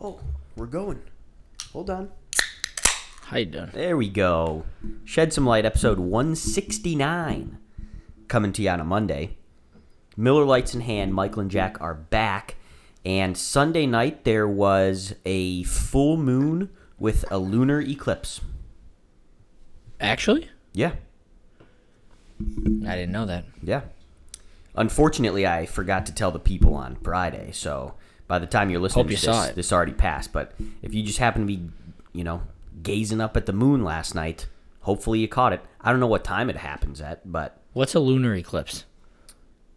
Oh, we're going. Hold on. How you doing? There we go. Shed Some Light, episode 169. Coming to you on a Monday. Miller Lights in hand, Michael and Jack are back. And Sunday night, there was a full moon with a lunar eclipse. Actually, Yeah, I didn't know that. yeah. Unfortunately, I forgot to tell the people on Friday. So by the time you're listening Hope to you this, saw it. this already passed. But if you just happen to be, you know, gazing up at the moon last night, hopefully you caught it. I don't know what time it happens at, but What's a lunar eclipse?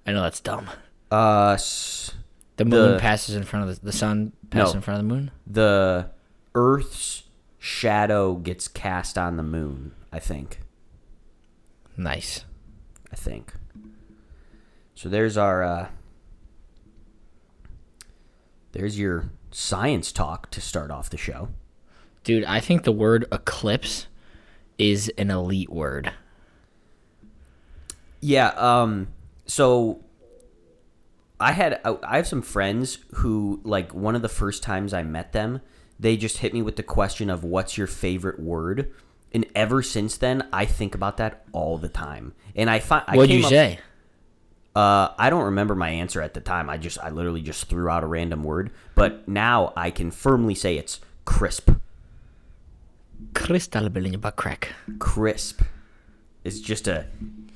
I know that's dumb. Uh, s- The moon The- passes in front of the, the sun passes No. in front of the moon. the Earth's shadow gets cast on the moon. I think. Nice. I think. So there's our. Uh, there's your science talk to start off the show. Dude, I think the word eclipse is an elite word. Yeah. Um. So. I had I I have some friends who like one of the first times I met them, they just hit me with the question of what's your favorite word, and ever since then I think about that all the time. And I find I What'd you came up- say? Uh, I don't remember my answer at the time. I just I literally just threw out a random word, but now I can firmly say it's crisp. Kristallbildung butt crack. crisp. It's just a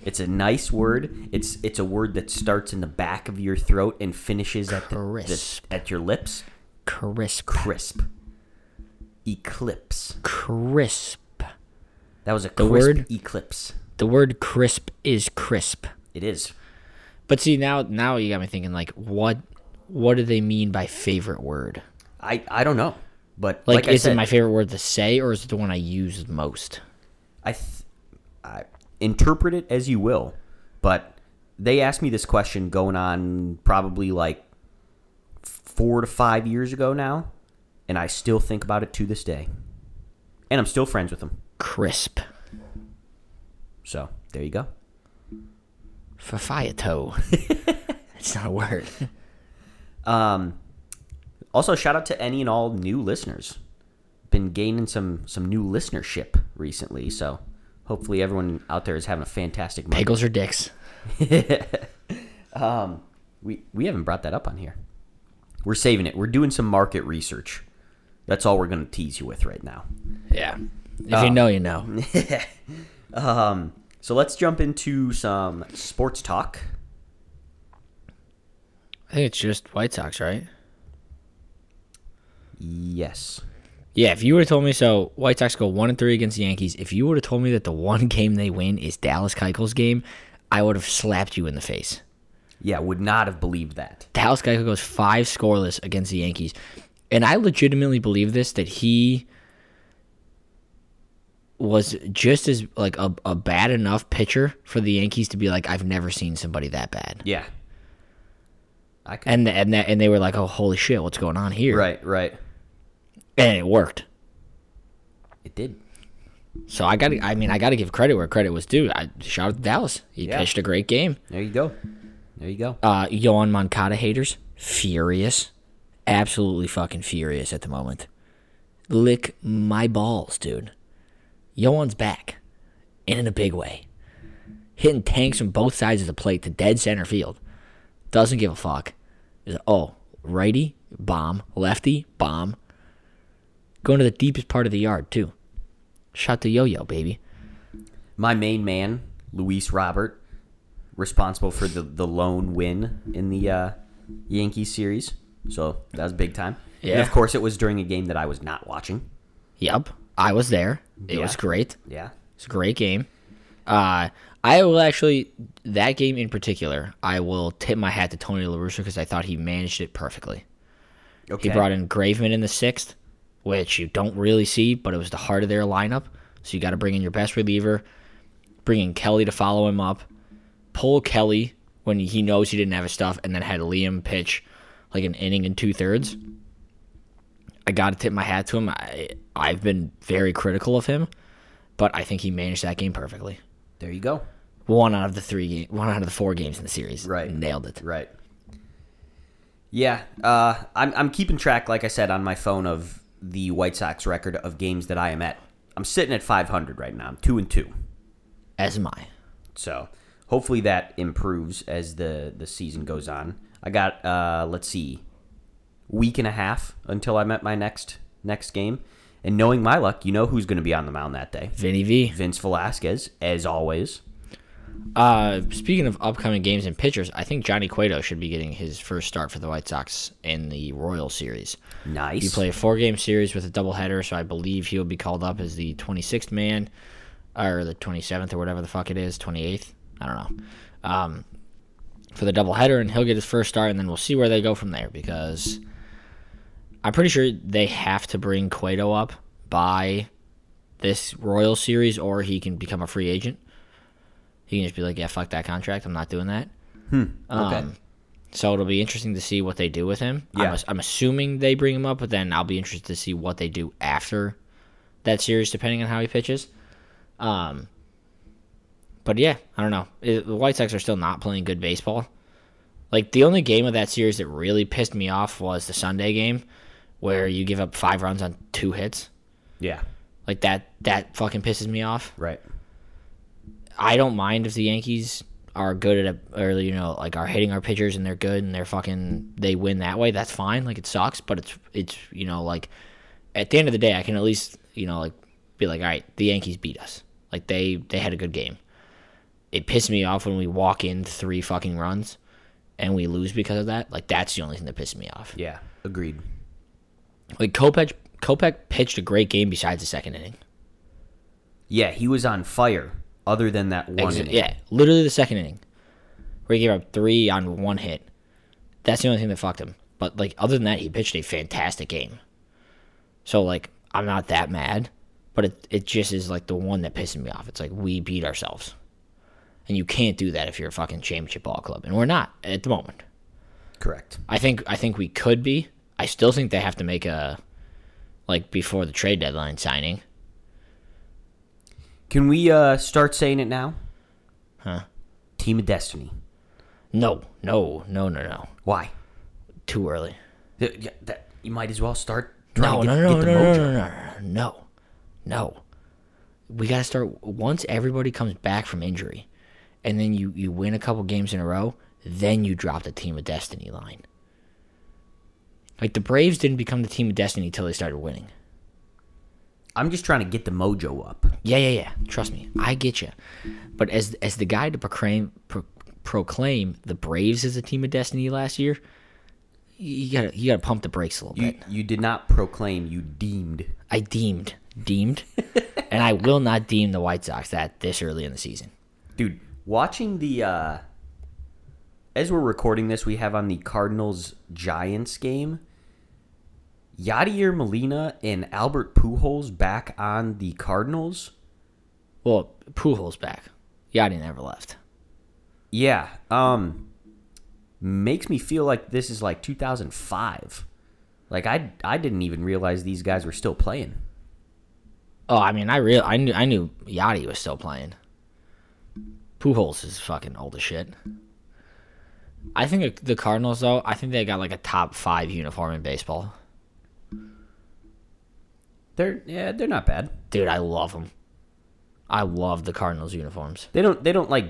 it's a nice word. It's it's a word that starts in the back of your throat and finishes at the, the- Crisp. at your lips. Crisp. Crisp. Eclipse. Crisp. That was a crisp word? eclipse. The word crisp is crisp. It is. But see now now you got me thinking like what what do they mean by favorite word? I I don't know, but Like, like, I is said, it my favorite word to say or is it the one I use the most? I, th- I interpret it as you will, but they asked me this question going on probably like four to five years ago now, and I still think about it to this day, and I'm still friends with them. Crisp. So there you go. Fafayato. it's not a word. Also, shout out to any and all new listeners. Been gaining some some new listenership recently, so hopefully everyone out there is having a fantastic month. Pickles or dicks. We we haven't brought that up on here. We're saving it. We're doing some market research. That's all we're going to tease you with right now. Yeah. Uh, If you know, you know. So let's jump into some sports talk. I think it's just White Sox, right? Yes. Yeah, if you would have told me so, White Sox go one and three against the Yankees. If you would have told me that the one game they win is Dallas Keuchel's game, I would have slapped you in the face. Yeah, would not have believed that. Dallas Keuchel goes five scoreless against the Yankees, and I legitimately believe this that he was just as like a, a bad enough pitcher for the Yankees to be like, I've never seen somebody that bad. Yeah. I could, and th- and that and they were like, "Oh, holy shit, what's going on here?" right, right. and it worked. It did. So I got, to I mean, I got to give credit where credit was due. I shout out to Dallas. He Yeah. pitched a great game. There you go. There you go. Uh, Yohan Moncada haters furious, absolutely fucking furious at the moment. Lick my balls, dude. Yohan's back, and in a big way, hitting tanks from both sides of the plate to dead center field. Doesn't give a fuck. He's, oh, righty bomb, lefty bomb. Going to the deepest part of the yard too. Shot the yo-yo, baby. My main man, Luis Robert, responsible for the the lone win in the uh, Yankees series. So that was big time. And Yeah. of course, it was during a game that I was not watching. Yep, I was there. It Yeah. was great. Yeah. It's a great game. Uh, I will actually that game in particular. I will tip my hat to Tony La Russa because I thought he managed it perfectly. Okay. He brought in Graveman in the sixth, which you don't really see, but it was the heart of their lineup. So you got to bring in your best reliever, bring in Kelly to follow him up, pull Kelly when he knows he didn't have his stuff, and then had Liam pitch like an inning and two thirds. I got to tip my hat to him. I, I've been very critical of him, but I think he managed that game perfectly. There you go. One out of the three, game, one out of the four games in the series, Right. Nailed it. Right. Yeah, uh, I'm I'm keeping track, like I said, on my phone of the White Sox record of games that I am at. I'm sitting at 500 right now. I'm two and two. As am I. So hopefully that improves as the the season goes on. I got uh, let's see, week and a half until I'm at my next next game. And knowing my luck, you know who's going to be on the mound that day. Vinny V. Vince Velasquez, as always. Uh, speaking of upcoming games and pitchers, I think Johnny Cueto should be getting his first start for the White Sox in the Royal Series. Nice. You play a four-game series with a doubleheader, so I believe he'll be called up as the 26th man, or the 27th, or whatever the fuck it is, 28th. I don't know. Um, for the doubleheader, and he'll get his first start, and then we'll see where they go from there. Because I'm pretty sure they have to bring Cueto up by this Royal Series, or he can become a free agent. He can just be like, "Yeah, fuck that contract. I'm not doing that." okay. um, So it'll be interesting to see what they do with him. I'm, Yeah. ass- I'm assuming they bring him up, but then I'll be interested to see what they do after that series, depending on how he pitches. Um, but yeah, I don't know. It- the White Sox are still not playing good baseball. Like the only game of that series that really pissed me off was the Sunday game, where you give up five runs on two hits. yeah. Like that, that fucking pisses me off. Right. I don't mind if the Yankees are good at a, or you know like are hitting our pitchers and they're good and they're fucking they win that way. That's fine. Like it sucks, but it's it's you know like at the end of the day, I can at least you know like be like, all right, the Yankees beat us. Like they they had a good game. It pissed me off when we walk in three fucking runs and we lose because of that. Like that's the only thing that pissed me off. Yeah. Agreed. Like Kopech Kopech pitched a great game besides the second inning. Yeah, he was on fire. Other than that one, Exa- inning. Yeah, literally the second inning, where he gave up three on one hit. That's the only thing that fucked him. But like other than that, he pitched a fantastic game. So like I'm not that mad, but it it just is like the one that pisses me off. It's like we beat ourselves, and you can't do that if you're a fucking championship ball club, and we're not at the moment. correct. I think I think we could be. I still think they have to make a like before the trade deadline signing. Can we uh, start saying it now? Huh? Team of Destiny. No, no, no, no, no. Why? Too early. Th- yeah, that- you might as well start. trying No, to no, get- no, get the no, no, no, mojo. no, no, no, no. We got to start once everybody comes back from injury, and then you you win a couple games in a row. Then you drop the team of destiny line. Like the Braves didn't become the team of destiny until they started winning. I'm just trying to get the mojo up. Yeah, yeah, yeah. Trust me, I get you. But as as the guy to proclaim pro, proclaim the Braves as a team of destiny last year, you gotta you gotta pump the brakes a little bit. You, you did not proclaim. You deemed. I deemed, deemed, and I will not deem the White Sox that this early in the season. dude watching the uh as we're recording this we have on the cardinals giants game yadier molina and albert pujols back on the cardinals Well, Pujols back. Yadi never left. yeah um makes me feel like this is like 2005 like i i didn't even realize these guys were still playing Oh, I mean, I real I knew I knew Yadi was still playing. Pujols is fucking old as shit. I think the Cardinals though. I think they got like a top five uniform in baseball. they're yeah they're not bad Dude, I love them. I love the Cardinals uniforms. they don't they don't like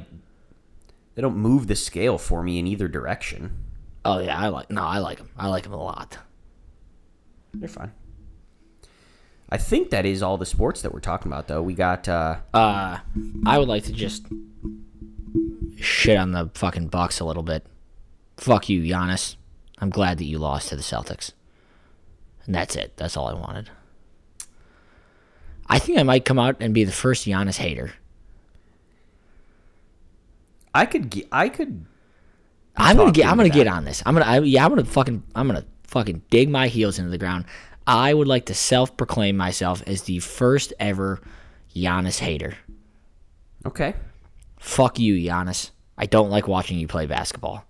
they don't move the scale for me in either direction Oh yeah, I like. No, I like them. I like them a lot. They're fine. I think that is all the sports that we're talking about, though. We got uh, Uh, I would like to just shit on the fucking Bucks a little bit. Fuck you, Giannis. I'm glad that you lost to the Celtics. And that's it. That's all I wanted. I think I might come out and be the first Giannis hater. I could ge- I could I'm gonna talked get. I'm into gonna that. get on this. I'm gonna. I, yeah. I'm gonna fucking. I'm gonna fucking dig my heels into the ground. I would like to self-proclaim myself as the first ever Giannis hater. Okay. Fuck you, Giannis. I don't like watching you play basketball.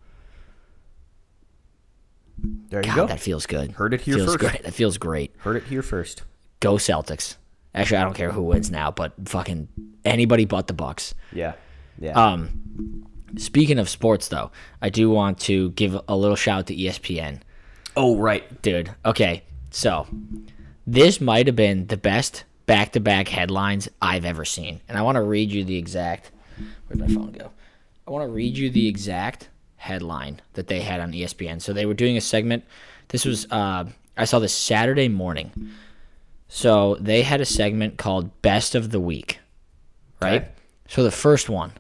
There you God, go. that feels good. Heard it here feels first. Great. That feels great. Heard it here first. Go Celtics. Actually, I don't care who wins now, but fucking anybody but the Bucks. Um, Yeah. Yeah. Uh, Speaking of sports, though, I do want to give a little shout out to E ESPN. oh right. dude. Okay, so this might have been the best back-to-back headlines I've ever seen, and I want to read you the exact. Where'd my phone go? I want to read you the exact headline that they had on E ESPN. So they were doing a segment. This was uh, I saw this Saturday morning. So they had a segment called Best of the Week, right? Okay. So the first one.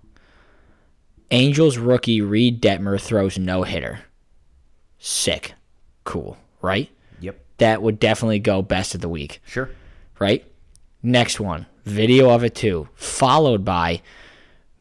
Angels rookie Reed Detmer throws no hitter. Sick. Cool, right? Yep. that would definitely go best of the week, Sure. right? Next one, video of it too, followed by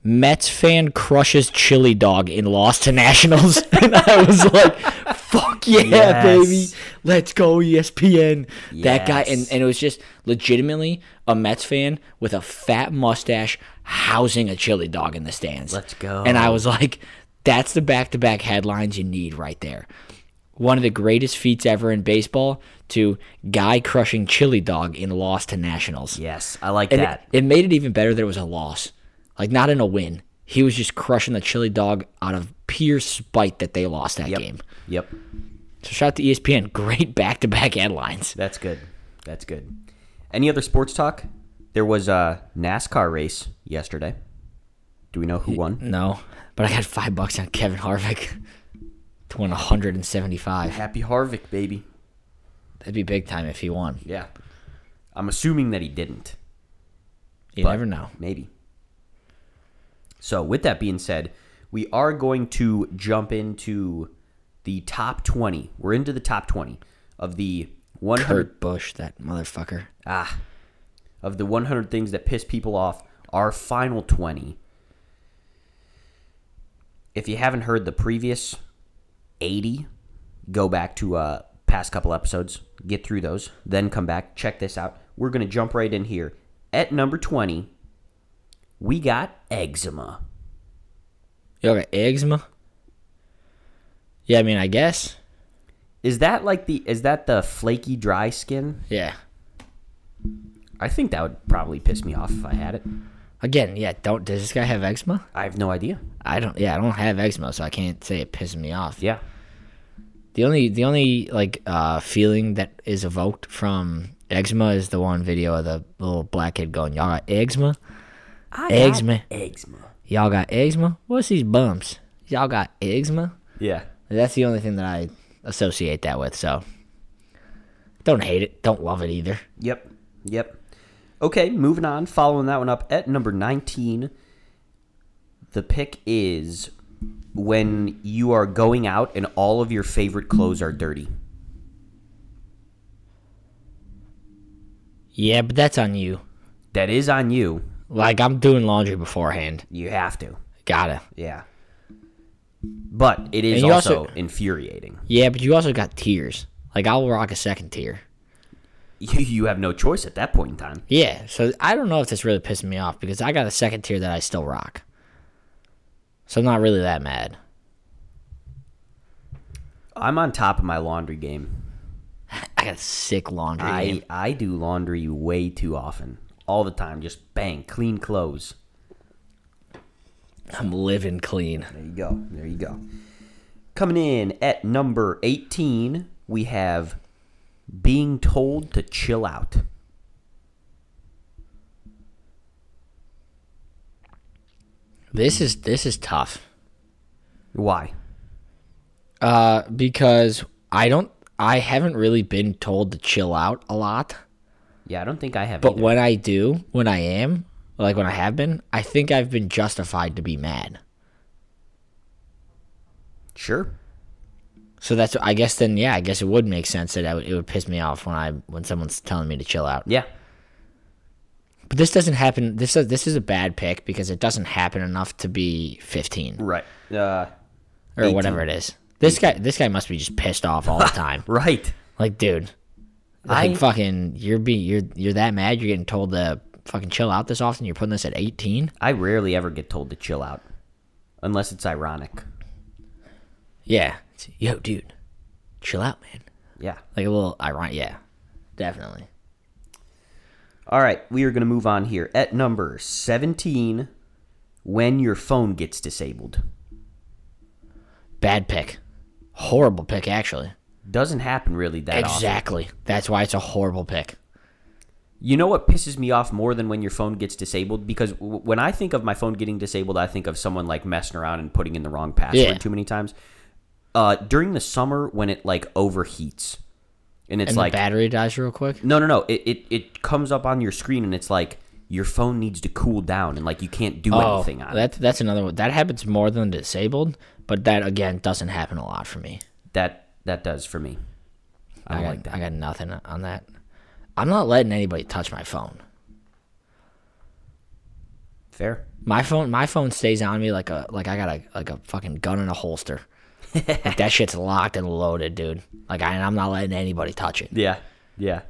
Mets fan crushes chili dog in loss to Nationals. and I was like, fuck yeah, Yes. baby. Let's go, E ESPN. That guy, and, Yes. and it was just legitimately a Mets fan with a fat mustache housing a chili dog in the stands. Let's go. And I was like, that's the back to back headlines you need right there. One of the greatest feats ever in baseball to guy crushing chili dog in loss to Nationals. Yes. I like And it, that. it made it even better that it was a loss, like not in a win. He was just crushing the chili dog out of pure spite that they lost that yep. game. Yep. So shout out to E ESPN, great back-to-back headlines. That's good. That's good. Any other sports talk? There was a NASCAR race yesterday. Do we know who won? No, but I got five bucks on Kevin Harvick to win 175. Happy Harvick, baby. That'd be big time if he won. Yeah. I'm assuming that he didn't. You But- never know. Maybe. So, with that being said, we are going to jump into the top 20. We're into the top 20 of the 100 Kurt Busch, that motherfucker. ah of the 100 things that piss people off. Our final 20. If you haven't heard the previous 80, go back to uh past couple episodes, get through those, then come back, check this out. We're going to jump right in here. At number 20, we got eczema. You got eczema? Yeah, I mean, I guess. Is that like the is that the flaky dry skin? Yeah. I think that would probably piss me off if I had it. Again, yeah. Don't does this guy have eczema? I have no idea. I don't. Yeah, I don't have eczema, so I can't say it pisses me off. Yeah. The only the only like uh, feeling that is evoked from eczema is the one video of the little black kid going, "Y'all got eczema? I Eczema? Eczema. Y'all got eczema? What's these bumps? Y'all got eczema?" Yeah. That's the only thing that I associate that with. So don't hate it. Don't love it either. Yep. Yep. Okay, moving on. Following that one up at number 19, the pick is when you are going out and all of your favorite clothes are dirty. Yeah, but that's on you. That is on you. Like I'm doing laundry beforehand. You have to. Gotta. Yeah. But it is And you also, also- infuriating. Yeah, but you also got tiers. Like I'll rock a second tier. You, you have no choice at that point in time. Yeah, so I don't know if that's really pissing me off because I got a second tier that I still rock. So I'm not really that mad. I'm on top of my laundry game. I got sick laundry. I, man. I do laundry way too often. All the time. Just bang, clean clothes. I'm living clean. There you go. There you go. Coming in at number 18, we have being told to chill out. This is this is tough. Why? Uh, because I don't I haven't really been told to chill out a lot. Yeah, I don't think I have. But either. when I do, when I am, like when I have been, I think I've been justified to be mad. sure. So that's I guess then yeah I guess it would make sense that I would, it would piss me off when I when someone's telling me to chill out. Yeah. But this doesn't happen. This is this is a bad pick because it doesn't happen enough to be fifteen Right. Uh, or whatever it is. This guy, this guy must be just pissed off all the time. Right. Like, dude, like fucking, you're being, you're, you're that mad. You're getting told to fucking chill out this often. You're putting this at 18. I rarely ever get told to chill out, unless it's ironic. Yeah. It's, Yo, dude, chill out, man. Yeah. Like a little ironic. Yeah, definitely. All right, we are going to move on here. At number 17, when your phone gets disabled. Bad pick. Horrible pick, actually. Doesn't happen really that often. Exactly. That's why it's a horrible pick. You know what pisses me off more than when your phone gets disabled? Because w- when I think of my phone getting disabled, I think of someone like messing around and putting in the wrong password Yeah. too many times. Uh, during the summer, when it like overheats and it's And like, the battery dies real quick. no, no, no, it, it, it comes up on your screen and it's like, your phone needs to cool down and like you can't do Oh, anything on it. that, that's another one. That happens more than disabled, but that again doesn't happen a lot for me. That, that does for me. I I, don't got, like that. I got nothing on that. I'm not letting anybody touch my phone. Fair. My phone, my phone stays on me like a like I got a like a fucking gun in a holster. like that shit's locked and loaded, dude. Like I, I'm not letting anybody touch it. Yeah. Yeah.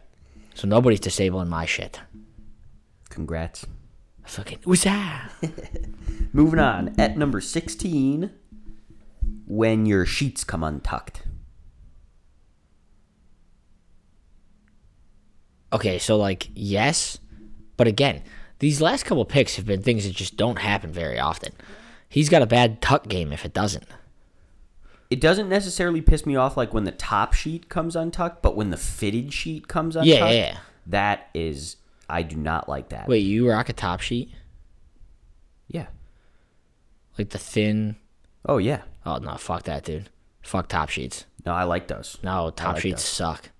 So nobody's disabling my shit. Congrats. Fucking woozah. Moving on. At number 16, when your sheets come untucked. Okay, so like yes, but again, these last couple picks have been things that just don't happen very often. He's got a bad tuck game if it doesn't. It doesn't necessarily piss me off like when the top sheet comes untucked, but when the fitted sheet comes untucked, Yeah, yeah, yeah. that is I do not like that. Wait, you rock a top sheet? Yeah. Like the thin Oh yeah. Oh no, fuck that dude. Fuck top sheets. No, I like those. No, top like sheets those. suck.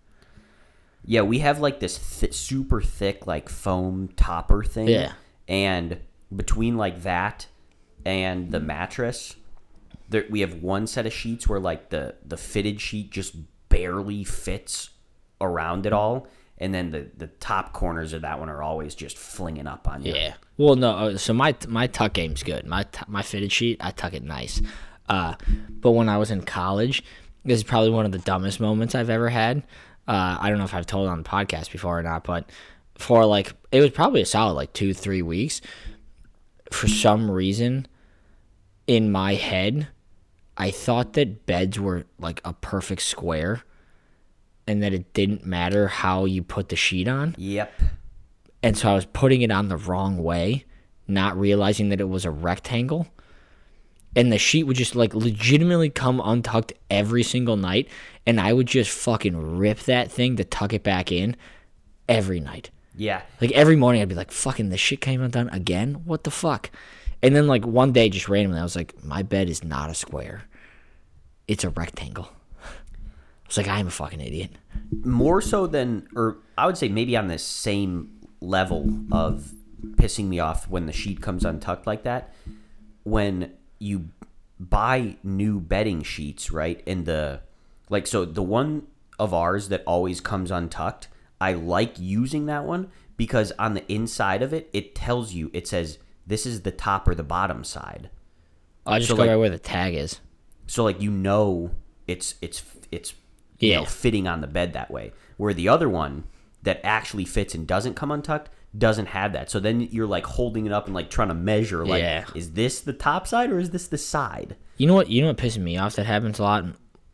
Yeah, we have like this th- super thick like foam topper thing. Yeah. And between like that and the mattress, there, we have one set of sheets where like the the fitted sheet just barely fits around it all, and then the the top corners of that one are always just flinging up on you. Yeah. Well, no. uh, So my my tuck game's good. My tu- my fitted sheet, I tuck it nice. Uh, but when I was in college, this is probably one of the dumbest moments I've ever had. Uh, I don't know if I've told it on the podcast before or not, but for like it was probably a solid like two three weeks. For some reason, in my head, I thought that beds were like a perfect square, and that it didn't matter how you put the sheet on Yep. and so I was putting it on the wrong way, not realizing that it was a rectangle. And the sheet would just like legitimately come untucked every single night, and I would just fucking rip that thing to tuck it back in every night. Yeah. Like every morning, I'd be like, "Fucking, this shit came undone again. What the fuck?" And then like one day, just randomly, I was like, "My bed is not a square; it's a rectangle." I was like, "I am a fucking idiot." more so than or i would say maybe on the same level of pissing me off when the sheet comes untucked like that when you buy new bedding sheets right and the like so the one of ours that always comes untucked i like using that one because on the inside of it it tells you it says this is the top or the bottom side I just So, go like- right where the tag is. so like you know it's it's it's you know Yeah. fitting on the bed that way where the other one that actually fits and doesn't come untucked doesn't have that so then you're like holding it up and like trying to measure like Yeah. is this the top side or is this the side You know what? You know what pisses me off that happens a lot,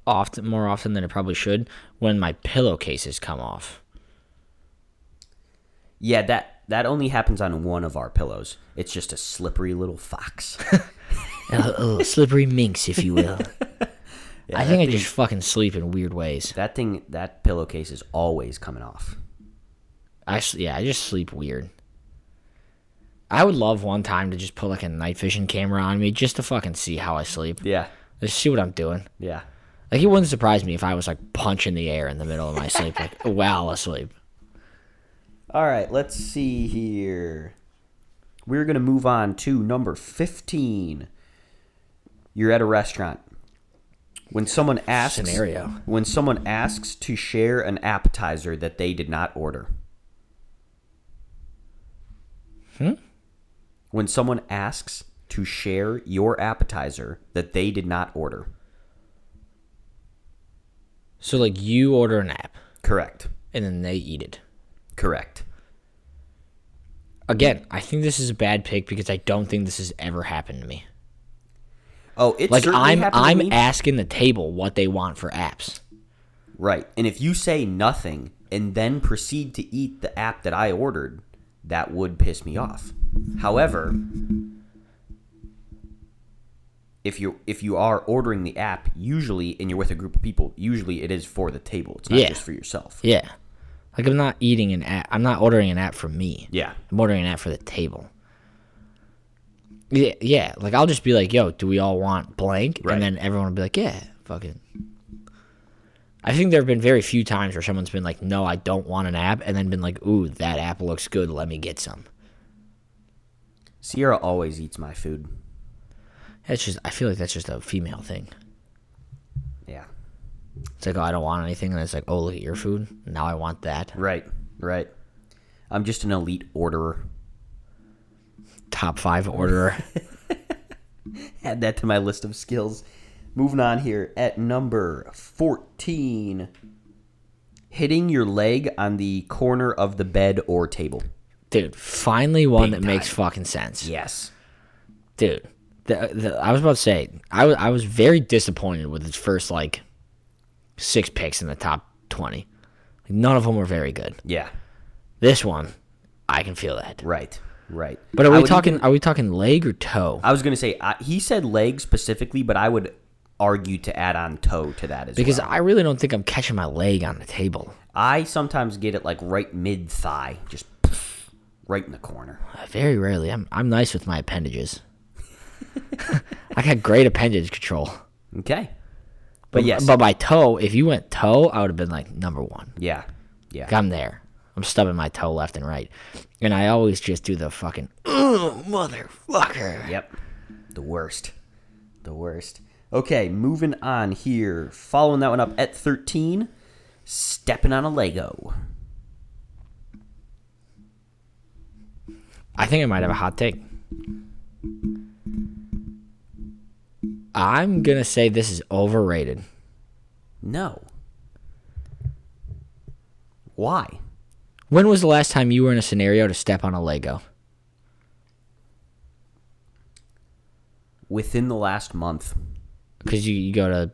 often more often than it probably should. When my pillowcases come off, yeah that that only happens on one of our pillows it's just a slippery little fox a, a little Oh, slippery minx, if you will. I think I just fucking sleep in weird ways. that thing that pillowcase is always coming off I s- yeah, I just sleep weird. I would love one time to just put like a night vision camera on me just to fucking see how I sleep, yeah just see what I'm doing. yeah Like it wouldn't surprise me if I was like punching the air in the middle of my sleep, like while asleep. All right, let's see here. We're going to move on to number 15. You're at a restaurant. When someone asks Scenario. when someone asks to share an appetizer that they did not order. Hmm? Hmm? When someone asks to share your appetizer that they did not order. So like you order an app Correct. and then they eat it. Correct. Again, I think this is a bad pick because I don't think this has ever happened to me. Oh, it's Like certainly I'm happened to me. I'm asking the table what they want for apps. Right. And if you say nothing and then proceed to eat the app that I ordered, that would piss me off. However, if you if you are ordering the app usually and you're with a group of people, usually it is for the table. It's not Yeah. just for yourself. Yeah. Like I'm not eating an app. I'm not ordering an app for me. Yeah. I'm ordering an app for the table. Yeah, yeah. Like I'll just be like, "Yo, do we all want blank?" Right. And then everyone will be like, "Yeah, fucking." I think there have been very few times where someone's been like, "No, I don't want an app," and then been like, "Ooh, that app looks good. Let me get some." Sierra always eats my food. That's just. I feel like that's just a female thing. Yeah. It's like, "Oh, I don't want anything," and it's like, "Oh, look at your food. Now I want that." Right. Right. I'm just an elite orderer. Top five order. add that to my list of skills. Moving on here at number 14 hitting your leg on the corner of the bed or table. Dude, finally one that makes fucking sense. Yes. dude. The, the, I was about to say I was I was very disappointed with its first like six picks in the top twenty. None of them were very good. Yeah. This one, I can feel that. Right. Right. But are I we would talking? even- Uh, are we talking leg or toe? I was going to say I, he said leg specifically, but I would argue to add on toe to that as Because well. I really don't think I'm catching my leg on the table. I sometimes get it like right mid thigh, just right in the corner. Uh, Very rarely. I'm I'm nice with my appendages. I got great appendage control. Okay. But yes. But my toe, if you went toe, I would have been like number one. yeah. Yeah. Like, I'm there. I'm stubbing my toe left and right. And I always just do the fucking, oh, motherfucker. Yep. The worst. The worst. Okay, moving on here. Following that one up at 13, stepping on a Lego. I think I might have a hot take. I'm going to say this is overrated. No. Why? When was the last time you were in a scenario to step on a Lego? Within the last month. Because you, you go to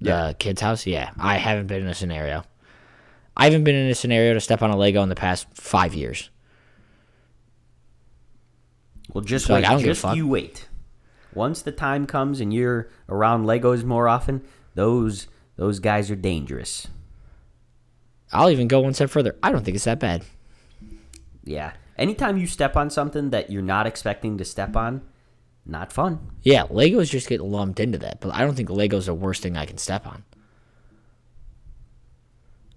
the kid's house? Yeah. I haven't been in a scenario. I haven't been in a scenario to step on a Lego in the past five years. Well, just So, like, wait. I don't give a just fuck. you wait. Once the time comes and you're around Legos more often, those those guys are dangerous. I'll even go one step further. I don't think it's that bad. Yeah. Anytime you step on something that you're not expecting to step on, not fun. Yeah, Legos just get lumped into that, but I don't think Legos the worst thing I can step on.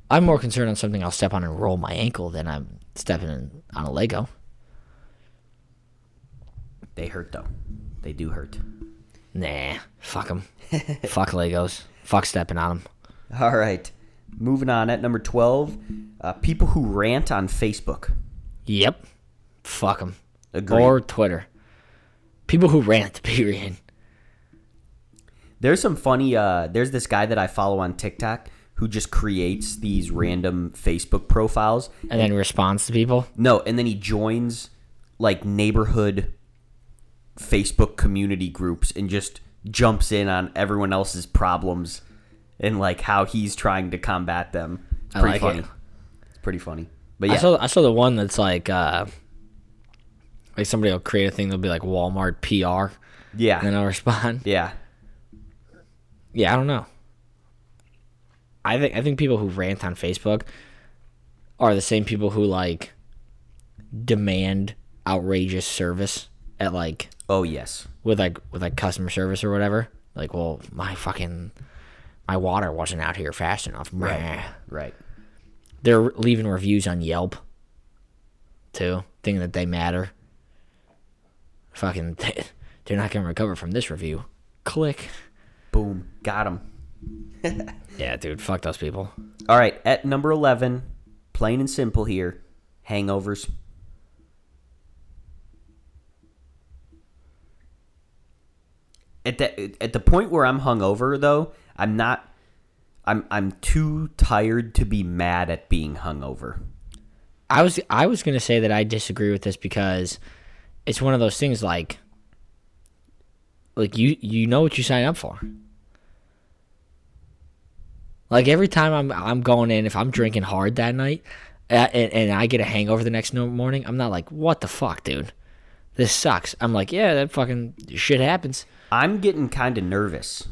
I'm more concerned on something I'll step on and roll my ankle than I'm stepping in- on a Lego. They hurt though. They do hurt. Nah, fuck them. fuck Legos. Fuck stepping on them. All right. Moving on at number 12, uh, people who rant on Facebook. Yep. Fuck them. Agreed. Or Twitter. People who rant, period. There's some funny, uh, there's this guy that I follow on TikTok who just creates these random Facebook profiles. And then responds to people. No, and then he joins like neighborhood Facebook community groups and just jumps in on everyone else's problems and like how he's trying to combat them. It's I pretty like funny. it. It's pretty funny. But yeah. I saw I saw the one that's like uh like somebody will create a thing, they'll be like Walmart PR yeah. and then I'll respond. yeah. Yeah, I don't know. I think I think people who rant on Facebook are the same people who like demand outrageous service at like Oh, yes. with like with like customer service or whatever. Like, well, my fucking my water wasn't out here fast enough. Meh. Right. They're leaving reviews on Yelp too, thinking that they matter. Fucking, they're not gonna recover from this review. Click. Boom. Got him. Yeah, dude, fuck those people. All right. At number 11, plain and simple here hangovers. At the, at the point where I'm hungover, though, I'm not. I'm I'm too tired to be mad at being hungover. I was I was gonna say that I disagree with this because it's one of those things like like you you know what you sign up for. Like every time I'm I'm going in, if I'm drinking hard that night, uh, and, and I get a hangover the next no- morning, I'm not like, what the fuck, dude, this sucks. I'm like, yeah, that fucking shit happens. I'm getting kind of nervous.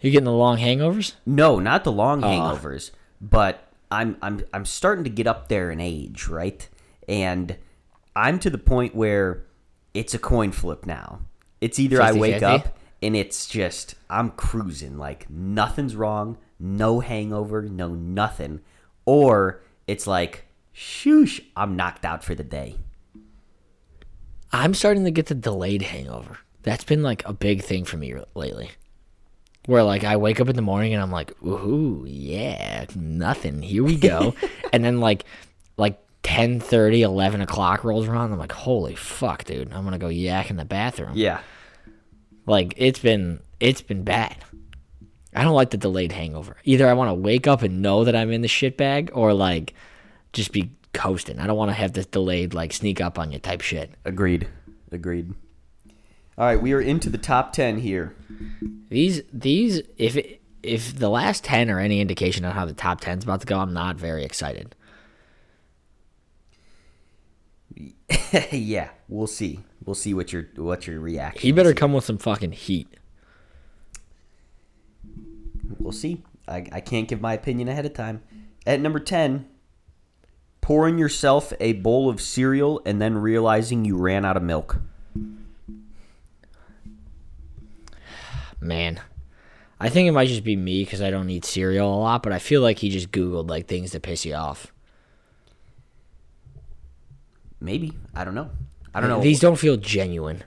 You're getting the long hangovers. No, not the long hangovers, but I'm I'm I'm starting to get up there in age, right? And I'm to the point where it's a coin flip now. It's either I wake 50-50? up and it's just I'm cruising like nothing's wrong, no hangover, no nothing, or it's like shoosh, I'm knocked out for the day. I'm starting to get the delayed hangover. That's been like a big thing for me lately. Where like I wake up in the morning and I'm like, ooh, yeah, nothing. Here we go. and then like like 10, 11 o'clock rolls around. I'm like, holy fuck, dude. I'm gonna go yak in the bathroom. Yeah. Like it's been it's been bad. I don't like the delayed hangover. Either I want to wake up and know that I'm in the shit bag or like just be coasting. I don't want to have this delayed like sneak up on you type shit. Agreed. Agreed. All right, we are into the top 10 here. These these if it, if the last ten are any indication on how the top ten's about to go, I'm not very excited. yeah, we'll see. We'll see what your what your reaction. He better come with some fucking heat. We'll see. I, I can't give my opinion ahead of time. At number 10, pouring yourself a bowl of cereal and then realizing you ran out of milk. Man, I think it might just be me because I don't eat cereal a lot, but I feel like he just googled like things that piss you off. Maybe. I don't know. I don't know. Uh, These don't feel genuine.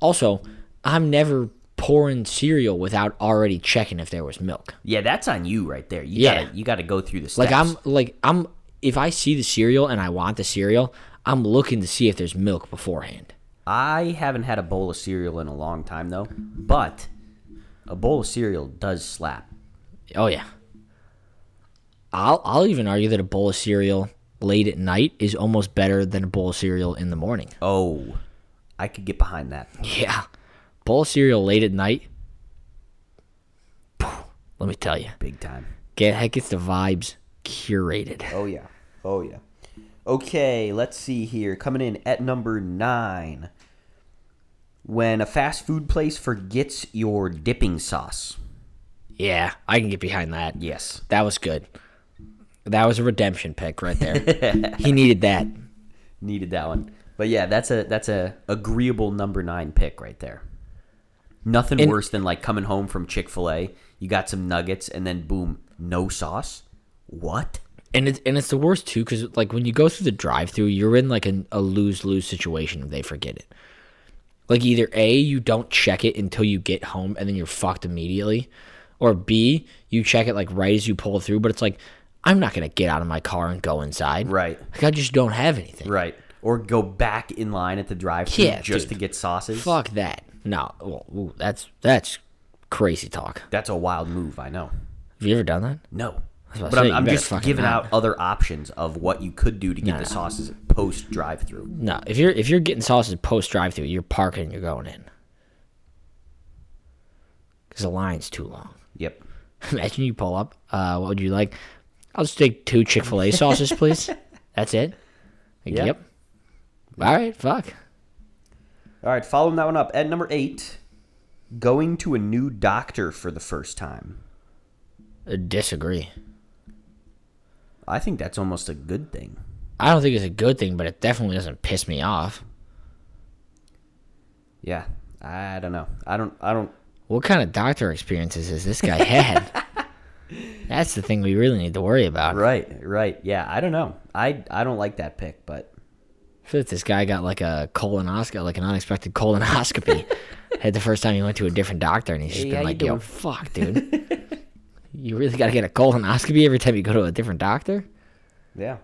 Also, I'm never pouring cereal without already checking if there was milk. yeah, that's on you right there. You Yeah. gotta you gotta go through the steps. Like I'm like I'm if I see the cereal and I want the cereal, I'm looking to see if there's milk beforehand. I haven't had a bowl of cereal in a long time though, but a bowl of cereal does slap. Oh yeah. I'll I'll even argue that a bowl of cereal late at night is almost better than a bowl of cereal in the morning. Oh, I could get behind that. Yeah. Bowl of cereal late at night. phew, Let me tell you. Big time. Get heck gets the vibes curated. Oh yeah. Oh yeah. Okay, let's see here. Coming in at number nine. When a fast food place forgets your dipping sauce. Yeah, I can get behind that. Yes. That was good. That was a redemption pick right there. he needed that. Needed that one. But yeah, that's a that's a agreeable number nine pick right there. Nothing And- worse than like coming home from Chick fil A, you got some nuggets and then boom, no sauce? What? And it's and it's the worst too, because like when you go through the drive-through, you're in like an, a lose-lose situation if they forget it. Like either a you don't check it until you get home and then you're fucked immediately, or b you check it like right as you pull through. But it's like I'm not gonna get out of my car and go inside. Right. Like I just don't have anything. Right. Or go back in line at the drive thru Yeah, just dude. to get sauces. Fuck that. No. Well, ooh, that's that's crazy talk. That's a wild move, I know. Have you ever done that? No. But about to say, I'm, you I'm better just fucking giving not. out other options of what you could do to get the sauces post drive through. No. If you're if you're getting sauces post drive-through, you're parking. You're going in. Because the line's too long. Yep. Imagine you pull up. Uh, what would you like? I'll just take two Chick Fil A sauces, please. That's it. Like, Yep. yep. All right. Fuck. All right, following that one up at number eight, going to a new doctor for the first time. I disagree. I think that's almost a good thing. I don't think it's a good thing, but it definitely doesn't piss me off. Yeah, I don't know. I don't. I don't. What kind of doctor experiences has this guy had? That's the thing we really need to worry about. Right, right. Yeah, I don't know. I I don't like that pick, but I feel like this guy got like a colonoscopy, like an unexpected colonoscopy. Had the first time he went to a different doctor, and he's just Hey, how you been like, "Yo, doing?" fuck, dude, you really got to get a colonoscopy every time you go to a different doctor." yeah,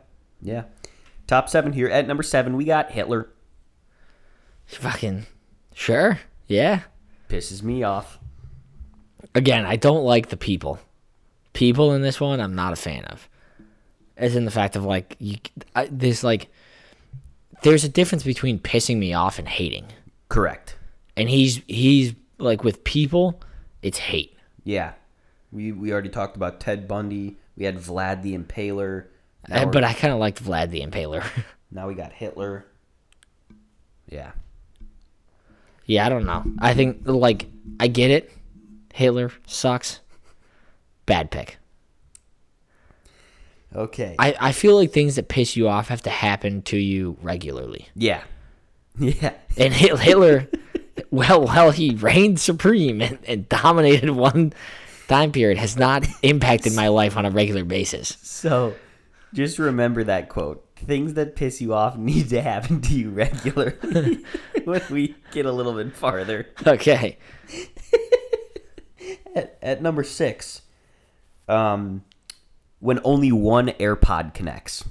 yeah. Top seven here at number seven, we got Hitler. Fucking sure, yeah. Pisses me off. Again, I don't like the people. People in this one, I'm not a fan of. As in the fact of like, you, I, there's like, there's a difference between pissing me off and hating. Correct. And he's he's like with people, it's hate. Yeah. We we already talked about Ted Bundy. We had Vlad the Impaler. Uh, Now, we're- but I kind of liked Vlad the Impaler. now we got Hitler. Yeah. yeah, I don't know. I think like I get it. Hitler sucks. Bad pick. Okay. I, I feel like things that piss you off have to happen to you regularly. yeah. Yeah. And Hit- Hitler, well, while he reigned supreme and, and dominated one time period, has not impacted my life on a regular basis. So just remember that quote. Things that piss you off need to happen to you regularly when we get a little bit farther. Okay. At number six, um, when only one AirPod connects.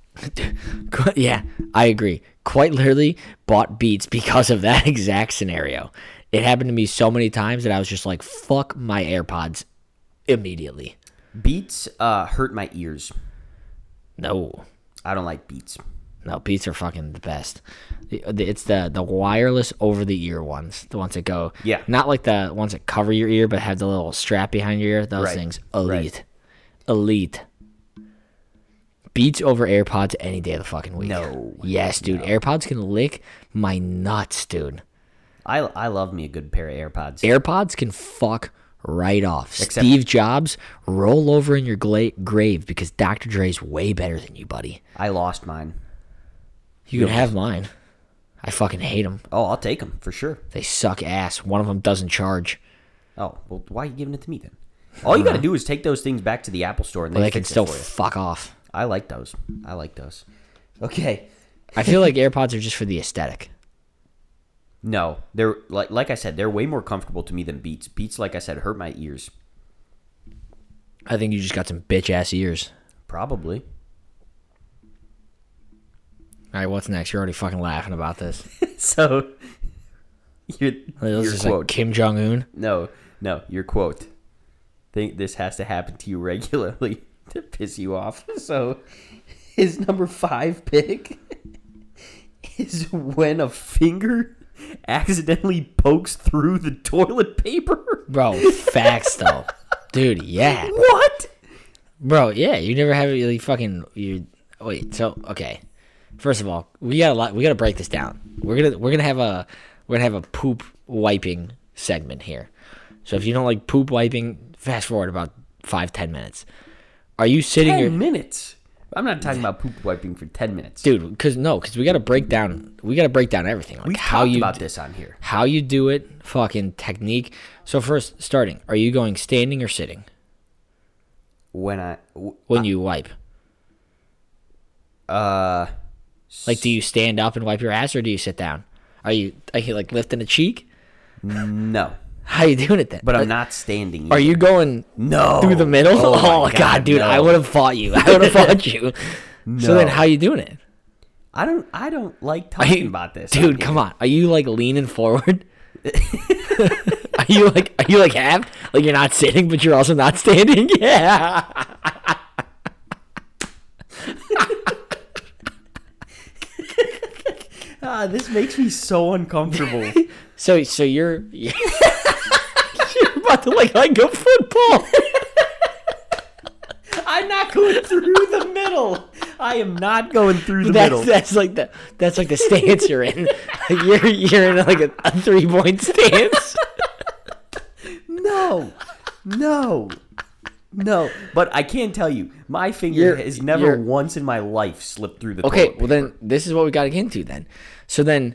Qu- Yeah, I agree. Quite literally, bought Beats because of that exact scenario. It happened to me so many times that I was just like, fuck my AirPods immediately. Beats uh, hurt my ears. No. I don't like beats. No, Beats are fucking the best. The- the- It's the the wireless over the ear ones, the ones that go. Yeah. Not like the ones that cover your ear, but have the little strap behind your ear. Those Right, things, elite, right. elite. Beats over AirPods any day of the fucking week. No, Yes, dude. AirPods can lick my nuts, dude. I, I love me a good pair of AirPods. AirPods can fuck right off. Steve Jobs, roll over in your gla- grave because Dr. Dre's way better than you, buddy. I lost mine. You can have mine. I fucking hate them. Oh, I'll take them for sure. They suck ass. One of them doesn't charge. Oh, well, why are you giving it to me then? All you got to do is take those things back to the Apple store and they, They can fix it still for you. fuck off. I like those. I like those. Okay. I feel like AirPods are just for the aesthetic. No, they're like like I said, they're way more comfortable to me than Beats. Beats, like I said, hurt my ears. I think you just got some bitch ass ears. Probably. All right, what's next? You're already fucking laughing about this. So, your, This is your just quote. like Kim Jong Un. no, no, your quote. Think this has to happen to you regularly to piss you off. So, his number five pick is when a finger accidentally pokes through the toilet paper. Bro, facts though. Dude, yeah. What? Bro, yeah, you never have really fucking you. Wait, so okay. First of all, we got a lot. We got to break this down. We're gonna we're gonna have a we're gonna have a poop wiping segment here. So if you don't like poop wiping, fast forward about five ten minutes. Are you sitting Ten here, minutes. I'm not talking about poop wiping for ten minutes. dude? Because no, because we got to break down. We got to break down everything. Like we how talked you about this on here. how you do it, fucking technique. So first, starting. Are you going standing or sitting When I w- when you wipe? uh Like, do you stand up and wipe your ass, or do you sit down? Are you are you like lifting a cheek? no, How you doing it then? but I'm Like, not standing. Are you going no through the middle? Oh, my Oh, god, dude, no. I would have fought you. I would have fought you. So then, No. how you doing it, I don't. I don't like Are talking you- about this, dude? Come on, are you like leaning forward? are you like are you like half? Like you're not sitting, but you're also not standing. Yeah. Ah, this makes me so uncomfortable. So so you're you're about to like like a football. I'm not going through the middle. I am not going through the middle. That's, that's like the that's like the stance you're in. Like you're you're in like a, a three point stance. No, no, no. But I can tell you, my finger You're- has never you're- once in my life slipped through the. Okay, toilet well then this is what we got to get into then. So then,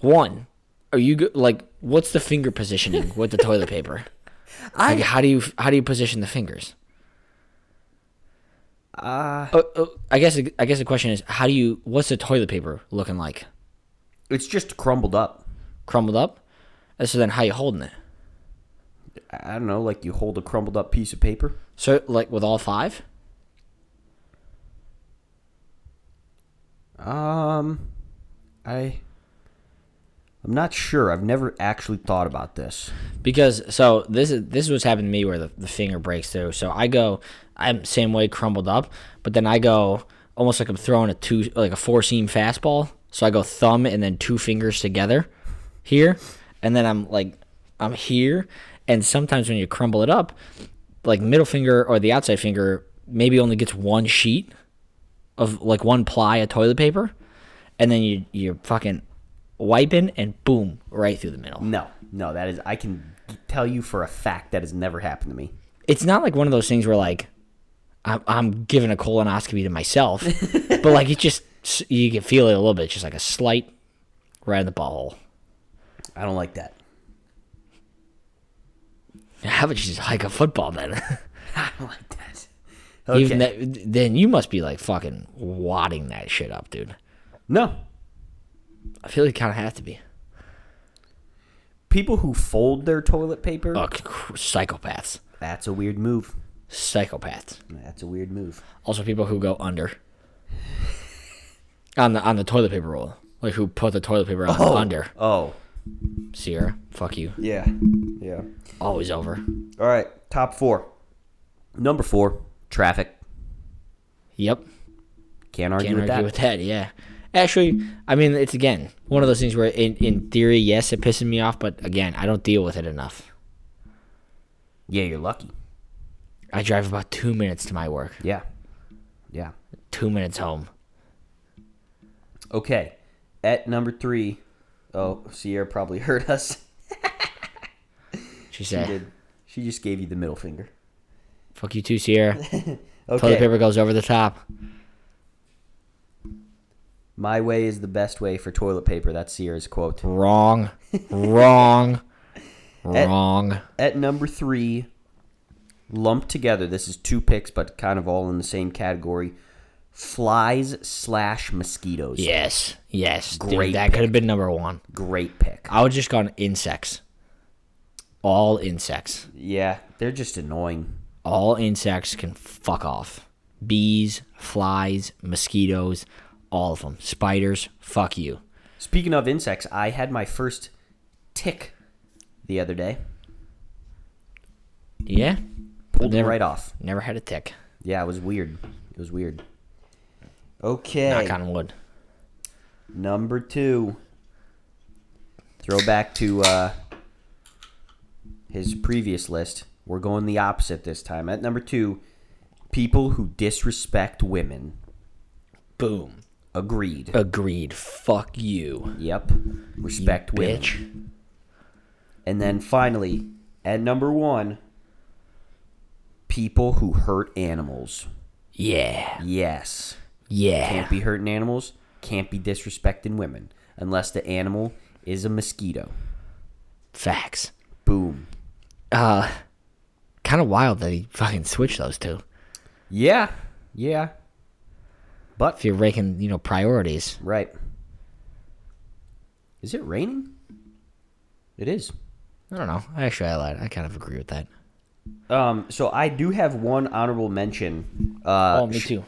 one, are you go- like what's the finger positioning with the toilet paper? Like how do you how do you position the fingers? Uh, I guess I guess the question is how do you what's the toilet paper looking like? It's just crumbled up. Crumbled up. And So then how you holding it? I don't know, like you hold a crumbled up piece of paper. So like with all five? Um, I I'm not sure. I've never actually thought about this. Because so this is this is what's happened to me where the, the finger breaks through. So I go, I'm same way crumbled up, but then I go almost like I'm throwing a two like a four seam fastball. So I go thumb and then two fingers together here, and then I'm like I'm here. And sometimes when you crumble it up, like middle finger or the outside finger maybe only gets one sheet of like one ply of toilet paper, and then you you're fucking wiping and boom right through the middle. No, no, that is. I can tell you for a fact that has never happened to me. it's not like one of those things where like I'm, I'm giving a colonoscopy to myself, but like it just you can feel it a little bit, just like a slight right in the butthole. I don't like that. How about you just hike a football then? I don't like that. Even that, then you must be like fucking wadding that shit up, dude. no, I feel like you kind of have to be. people who fold their toilet paper. Fuck, Oh, cr- psychopaths, That's a weird move. psychopaths. That's a weird move. Also, people who go under on the on the toilet paper roll, like who put the toilet paper on under. Oh, Sierra, fuck you. yeah, yeah. Always over. All right, top four. Number four, traffic. Yep. Can't argue, Can't with, that. argue with that. Yeah. Actually, I mean, it's again one of those things where, in, in theory, yes, it pisses me off, but again, I don't deal with it enough. Yeah, you're lucky. I drive about two minutes to my work, Yeah, yeah. two minutes home. Okay, at number three, oh, Sierra probably heard us. She said, Did- She just gave you the middle finger. "Fuck you too, Sierra." Toilet Okay, paper goes over the top. my way is the best way for toilet paper. That's Sierra's quote. Wrong, wrong, wrong. At number three, lumped together. This is two picks, but kind of all in the same category. Flies slash mosquitoes. Yes, yes, dude, Great that could have been number one. Great pick. I would just gone insects. All insects. Yeah, they're just annoying. all insects can fuck off. Bees, flies, mosquitoes, all of them. Spiders, fuck you. Speaking of insects, I had my first tick the other day. Yeah. Pulled Never- it right off. Never had a tick. Yeah, it was weird. It was weird. Okay. Knock on wood. Number two. Throwback to uh, his previous list. We're going the opposite this time. At number two, people who disrespect women. Boom. Agreed. Agreed. Fuck you. Yep. Respect women. Bitch. And then finally, at number one, people who hurt animals. Yeah. Yes. Yeah. Can't be hurting animals. Can't be disrespecting women. Unless the animal is a mosquito. Facts. Boom. Uh kind of wild that he fucking switched those two. Yeah. Yeah. But If you're ranking, you know, priorities. Right. Is it raining? It is. I don't know. Actually, I lied. I kind of agree with that. Um, so I do have one honorable mention. Uh, oh, me sh- too.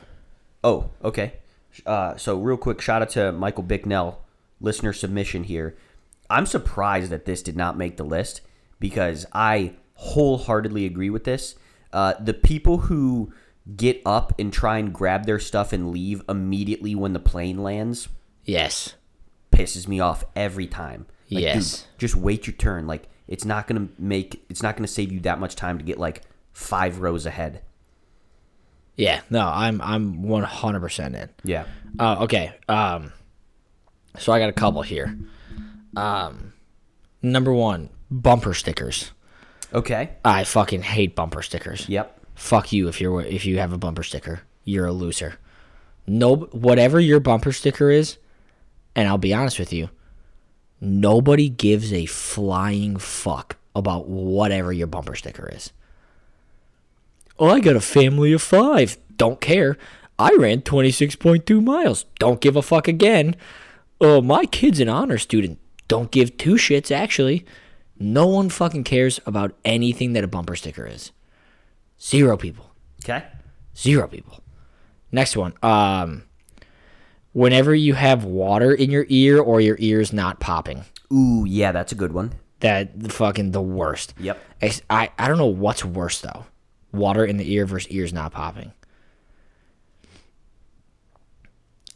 oh, okay. Uh, so real quick, shout out to Michael Bicknell, listener submission here. I'm surprised that this did not make the list because I wholeheartedly agree with this. Uh, the people who get up and try and grab their stuff and leave immediately when the plane lands. Yes. pisses me off every time. Like, Yes. dude, just wait your turn. Like it's not gonna make it's not gonna save you that much time to get like five rows ahead. Yeah. No, I'm I'm 100% in. Yeah. Uh, okay. Um, so I got a couple here. Um, number one, bumper stickers. Okay. I fucking hate bumper stickers. Yep. Fuck you if you're if you have a bumper sticker. You're a loser. No, whatever your bumper sticker is, and I'll be honest with you, nobody gives a flying fuck about whatever your bumper sticker is. Oh, I got a family of five. Don't care. I ran 26.2 miles. Don't give a fuck again. Oh, my kid's an honor student. Don't give two shits, actually. No one fucking cares about anything that a bumper sticker is. Zero people. Okay. Zero people. Next one. Um, whenever you have water in your ear or your ear's not popping. Ooh, yeah, that's a good one. That the fucking the worst. Yep. I, s- I- I don't know what's worse though. Water in the ear versus ears not popping.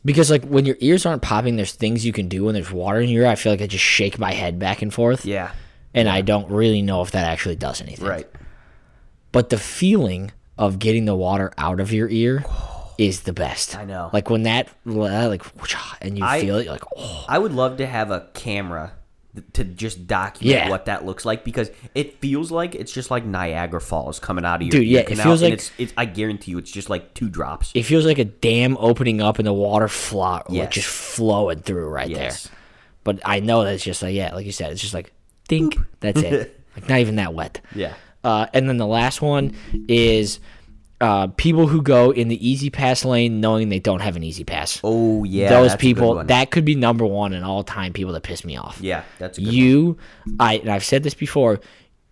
Because like when your ears aren't popping, there's things you can do when there's water in your ear. I feel like I just shake my head back and forth. Yeah. And I don't really know if that actually does anything. Right. But the feeling of getting the water out of your ear is the best. I know. Like when that like and you I- feel it, you're like, oh I would love to have a camera th- to just document Yeah. what that looks like because it feels like it's just like Niagara Falls coming out of your Dude, ear yeah, it canal, feels and like- it's, it's. I guarantee you, it's just like two drops. it feels like a dam opening up and the water flo- like Yes. just flowing through right Yes. there. But I know that's just like yeah, like you said, it's just like think that's it. like not even that wet. Yeah. Uh, and then the last one is uh, people who go in the easy pass lane knowing they don't have an easy pass. Oh yeah, Those that's a good people one. that could be number one in all time people that piss me off. yeah, that's a good one. you i and i've said this before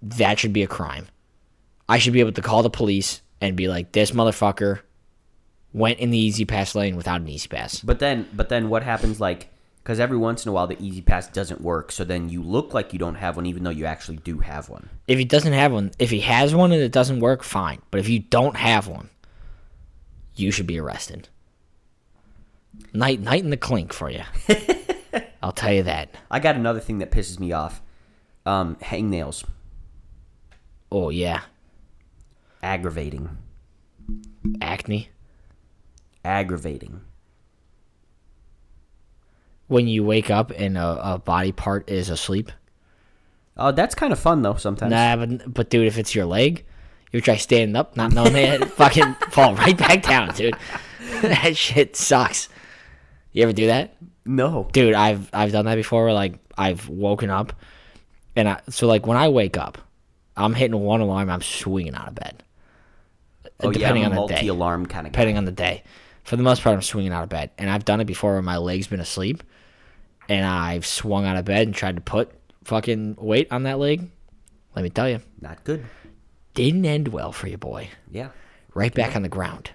that should be a crime i should be able to call the police and be like this motherfucker went in the easy pass lane without an easy pass But then, but then what happens? Like, because every once in a while the Easy Pass doesn't work, so then you look like you don't have one, even though you actually do have one. if he doesn't have one if he has one and it doesn't work fine but if you don't have one you should be arrested night night in the clink for you i'll tell you that I got another thing that pisses me off: um, hangnails, oh yeah aggravating, acne aggravating. when you wake up and a, a body part is asleep Oh, that's kind of fun though. Sometimes. Nah, but, but dude, if it's your leg, you try standing up, not knowing it, fucking fall right back down, dude. that shit sucks. You ever do that, No. dude? I've I've done that before. Where like I've woken up, and I so like when I wake up, I'm hitting one alarm, I'm swinging out of bed. Oh depending yeah, on I'm a the day. multi-alarm kind of guy. Depending on the day, for the most part, I'm swinging out of bed, and I've done it before where my leg's been asleep, and I've swung out of bed and tried to put fucking weight on that leg. Let me tell you, Not good. didn't end well for you, boy. Yeah. Right back on the ground.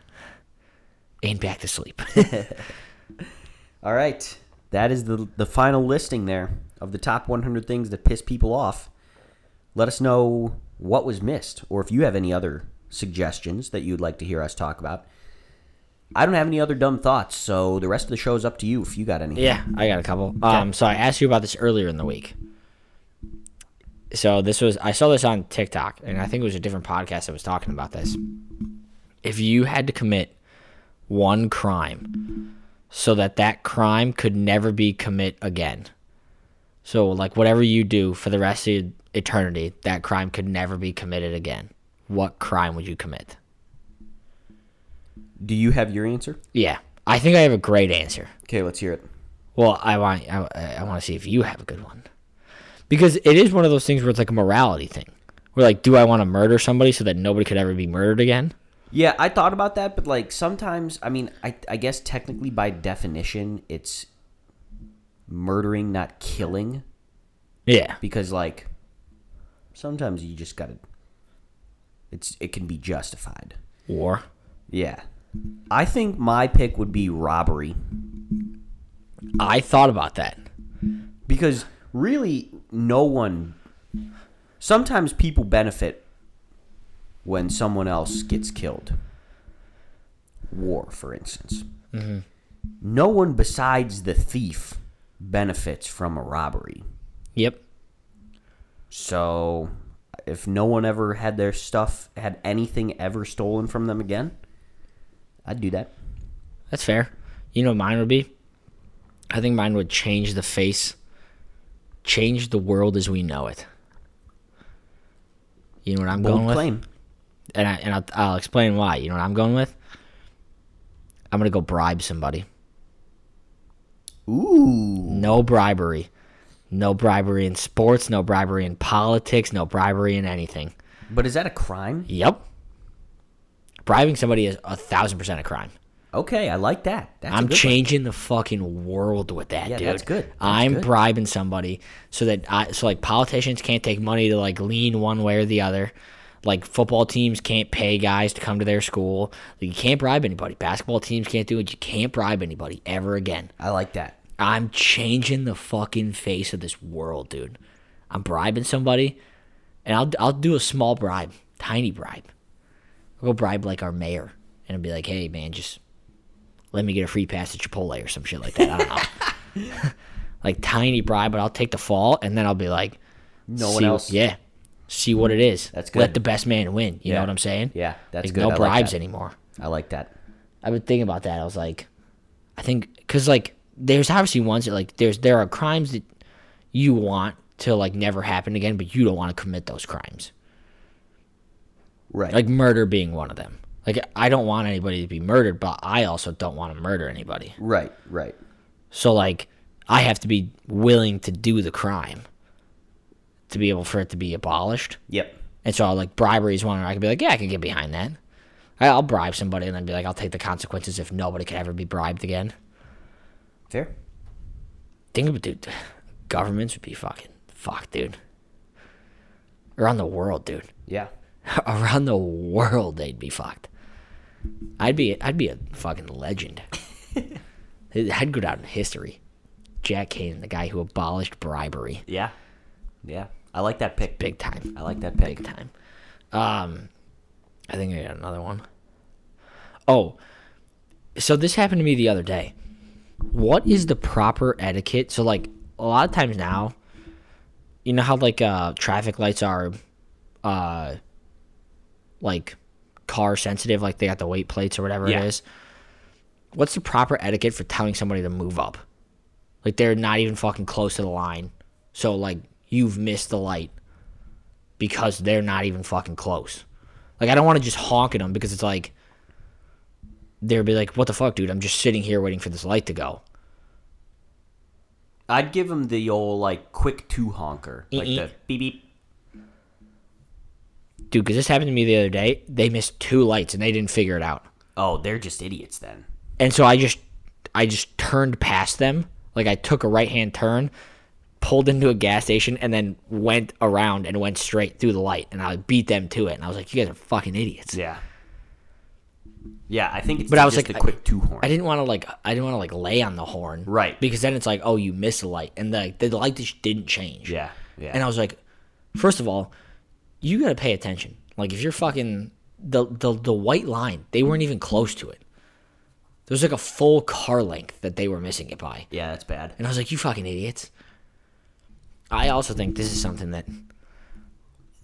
And back to sleep. All right. That is the the final listing there of the top 100 things that piss people off. Let us know what was missed or if you have any other suggestions that you'd like to hear us talk about. I don't have any other dumb thoughts, so the rest of the show is up to you if you got any. yeah, I got a couple. Um, so I asked you about this earlier in the week. So this was I saw this on TikTok, and I think it was a different podcast that was talking about this. If you had to commit one crime, so that that crime could never be commit again, so like whatever you do for the rest of eternity, that crime could never be committed again. What crime would you commit? Do you have your answer? Yeah, I think I have a great answer. Okay, let's hear it. Well, I want I, I want to see if you have a good one, because it is one of those things where it's like a morality thing. Where like, do I want to murder somebody so that nobody could ever be murdered again? Yeah, I thought about that, but like sometimes, I mean, I, I guess technically by definition, it's murdering, not killing. Yeah, because like sometimes you just gotta it's it can be justified war. yeah i think my pick would be robbery I thought about that. because really no one sometimes people benefit when someone else gets killed war for instance no one besides the thief benefits from a robbery Yep. So, if no one ever had their stuff, had anything ever stolen from them again, I'd do that. That's fair. You know what mine would be? I think mine would change the face, change the world as we know it. You know what I'm going Bold with? claim. And, I, and I'll, I'll explain why. You know what I'm going with? I'm going to go bribe somebody. Ooh. No bribery. No bribery in sports, no bribery in politics, no bribery in anything. But is that a crime? Yep. Bribing somebody is a thousand percent a crime. Okay, I like that. That's a I'm good one. changing the fucking world with that, Yeah, dude. that's good. That's I'm good. bribing somebody so that I so like politicians can't take money to like lean one way or the other. Like football teams can't pay guys to come to their school. Like, you can't bribe anybody. Basketball teams can't do it. You can't bribe anybody ever again. I like that. I'm changing the fucking face of this world, dude. I'm bribing somebody, and I'll I'll do a small bribe, tiny bribe. I'll go bribe like our mayor, and I'll be like, hey man, just let me get a free pass at Chipotle or some shit like that. I don't know. like tiny bribe, but I'll take the fall, and then I'll be like, No one see- else. Yeah, see what it is. That's Let good. the best man win. You Yeah. know what I'm saying? Yeah, that's Like, good. No I like bribes that. anymore. I like that. I've been thinking about that. I was like, I think because like there's obviously ones that like there's there are crimes that you want to like never happen again, but you don't want to commit those crimes. Right. Like murder being one of them. Like I don't want anybody to be murdered, but I also don't want to murder anybody. right. Right. So like I have to be willing to do the crime to be able for it to be abolished. Yep. And so like bribery is one where I could be like, yeah, I can get behind that. I- I'll bribe somebody and then be like, I'll take the consequences if nobody can ever be bribed again. Fair. Think about dude, governments would be fucking fuck, dude. Around the world, dude. Yeah. Around the world, they'd be fucked. I'd be I'd be a fucking legend. I'd go down in history. Jack Kane, the guy who abolished bribery, Yeah. Yeah. I like that pick. big time, I like that pick. big time. Um, I think I got another one. Oh, so this happened to me the other day. What is the proper etiquette? So like a lot of times now, you know how like uh traffic lights are uh like car sensitive, like they got the weight plates or whatever Yeah. it is. What's the proper etiquette for telling somebody to move up? Like they're not even fucking close to the line. So like you've missed the light because they're not even fucking close. Like I don't want to just honk at them because it's like they'll be like, "What the fuck, dude? I'm just sitting here waiting for this light to go." I'd give him the old like quick two honker, like Mm-mm. the beep beep. Dude, because this happened to me the other day. They missed two lights and they didn't figure it out. Oh, they're just idiots then. And so I just, I just turned past them. Like I took a right hand turn, pulled into a gas station, and then went around and went straight through the light. And I beat them to it. And I was like, "You guys are fucking idiots." Yeah. Yeah, I think it's But just I was the like, I- quick two horn. I didn't want to like I didn't want to like lay on the horn, Right. Because then it's like, oh, you missed the light, and the the light just didn't change. Yeah, yeah. And I was like, first of all, you gotta pay attention. Like if you're fucking the the the white line, they weren't even close to it. There was like a full car length that they were missing it by, yeah, that's bad. and I was like, you fucking idiots. I also think this is something that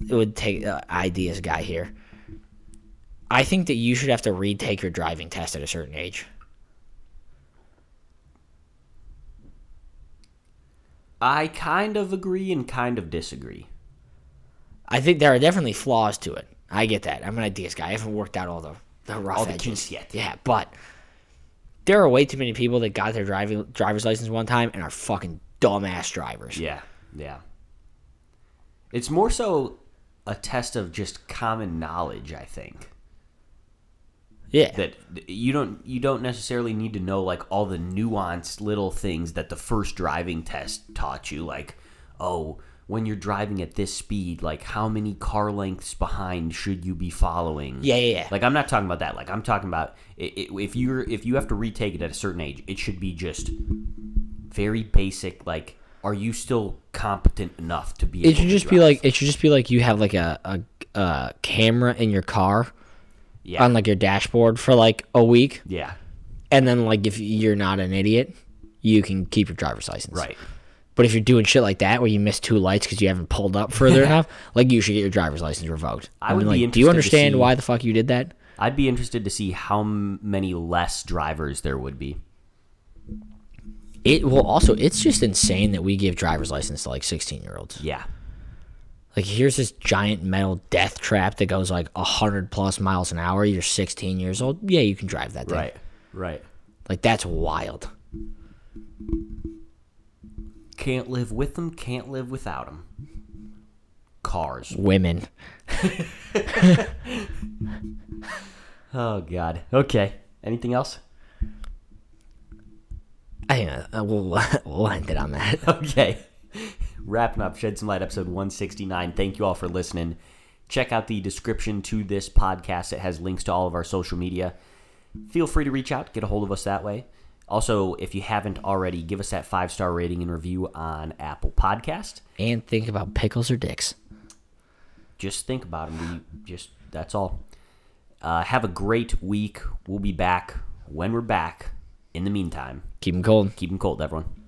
it would take uh, ideas guy here. I think that you should have to retake your driving test at a certain age. I kind of agree and kind of disagree. I think there are definitely flaws to it. I get that. I'm an ideas guy. I haven't worked out all the the rough the edges kinks yet. Yeah, but there are way too many people that got their driving driver's license one time and are fucking dumbass drivers. Yeah, yeah. It's more so a test of just common knowledge, I think. Yeah. That you don't you don't necessarily need to know like all the nuanced little things that the first driving test taught you like oh when you're driving at this speed like how many car lengths behind should you be following Yeah, yeah, yeah. like i'm not talking about that like i'm talking about i- i- if you're if you have to retake it at a certain age it should be just very basic like are you still competent enough to be it able should to just be drive? like it should just be like you have like a, a, a camera in your car yeah on like your dashboard for like a week yeah and then like if you're not an idiot, you can keep your driver's license. right But if you're doing shit like that, where you miss two lights because you haven't pulled up further enough, like you should get your driver's license revoked. I would mean, be like, Do you interested to understand see- why the fuck you did that? i'd be interested to see how m- many less drivers there would be It well, also, it's just insane that we give driver's license to like 16 year olds. yeah Like, here's this giant metal death trap that goes like 100 plus miles an hour. You're 16 years old. Yeah, you can drive that thing. right right Like, that's wild. can't live with them can't live without them cars Women. oh god okay anything else I think uh, we'll, we'll end it on that. Okay. Wrapping up Shed Some Light episode 169. Thank you all for listening. Check out the description to this podcast. It has links to all of our social media. Feel free to reach out, get a hold of us that way. Also, if you haven't already, give us that five star rating and review on Apple Podcast. And think about pickles or dicks. Just think about them. We just that's all. Uh, have a great week. We'll be back when we're back. In the meantime, Keep them cold. keep them cold, everyone.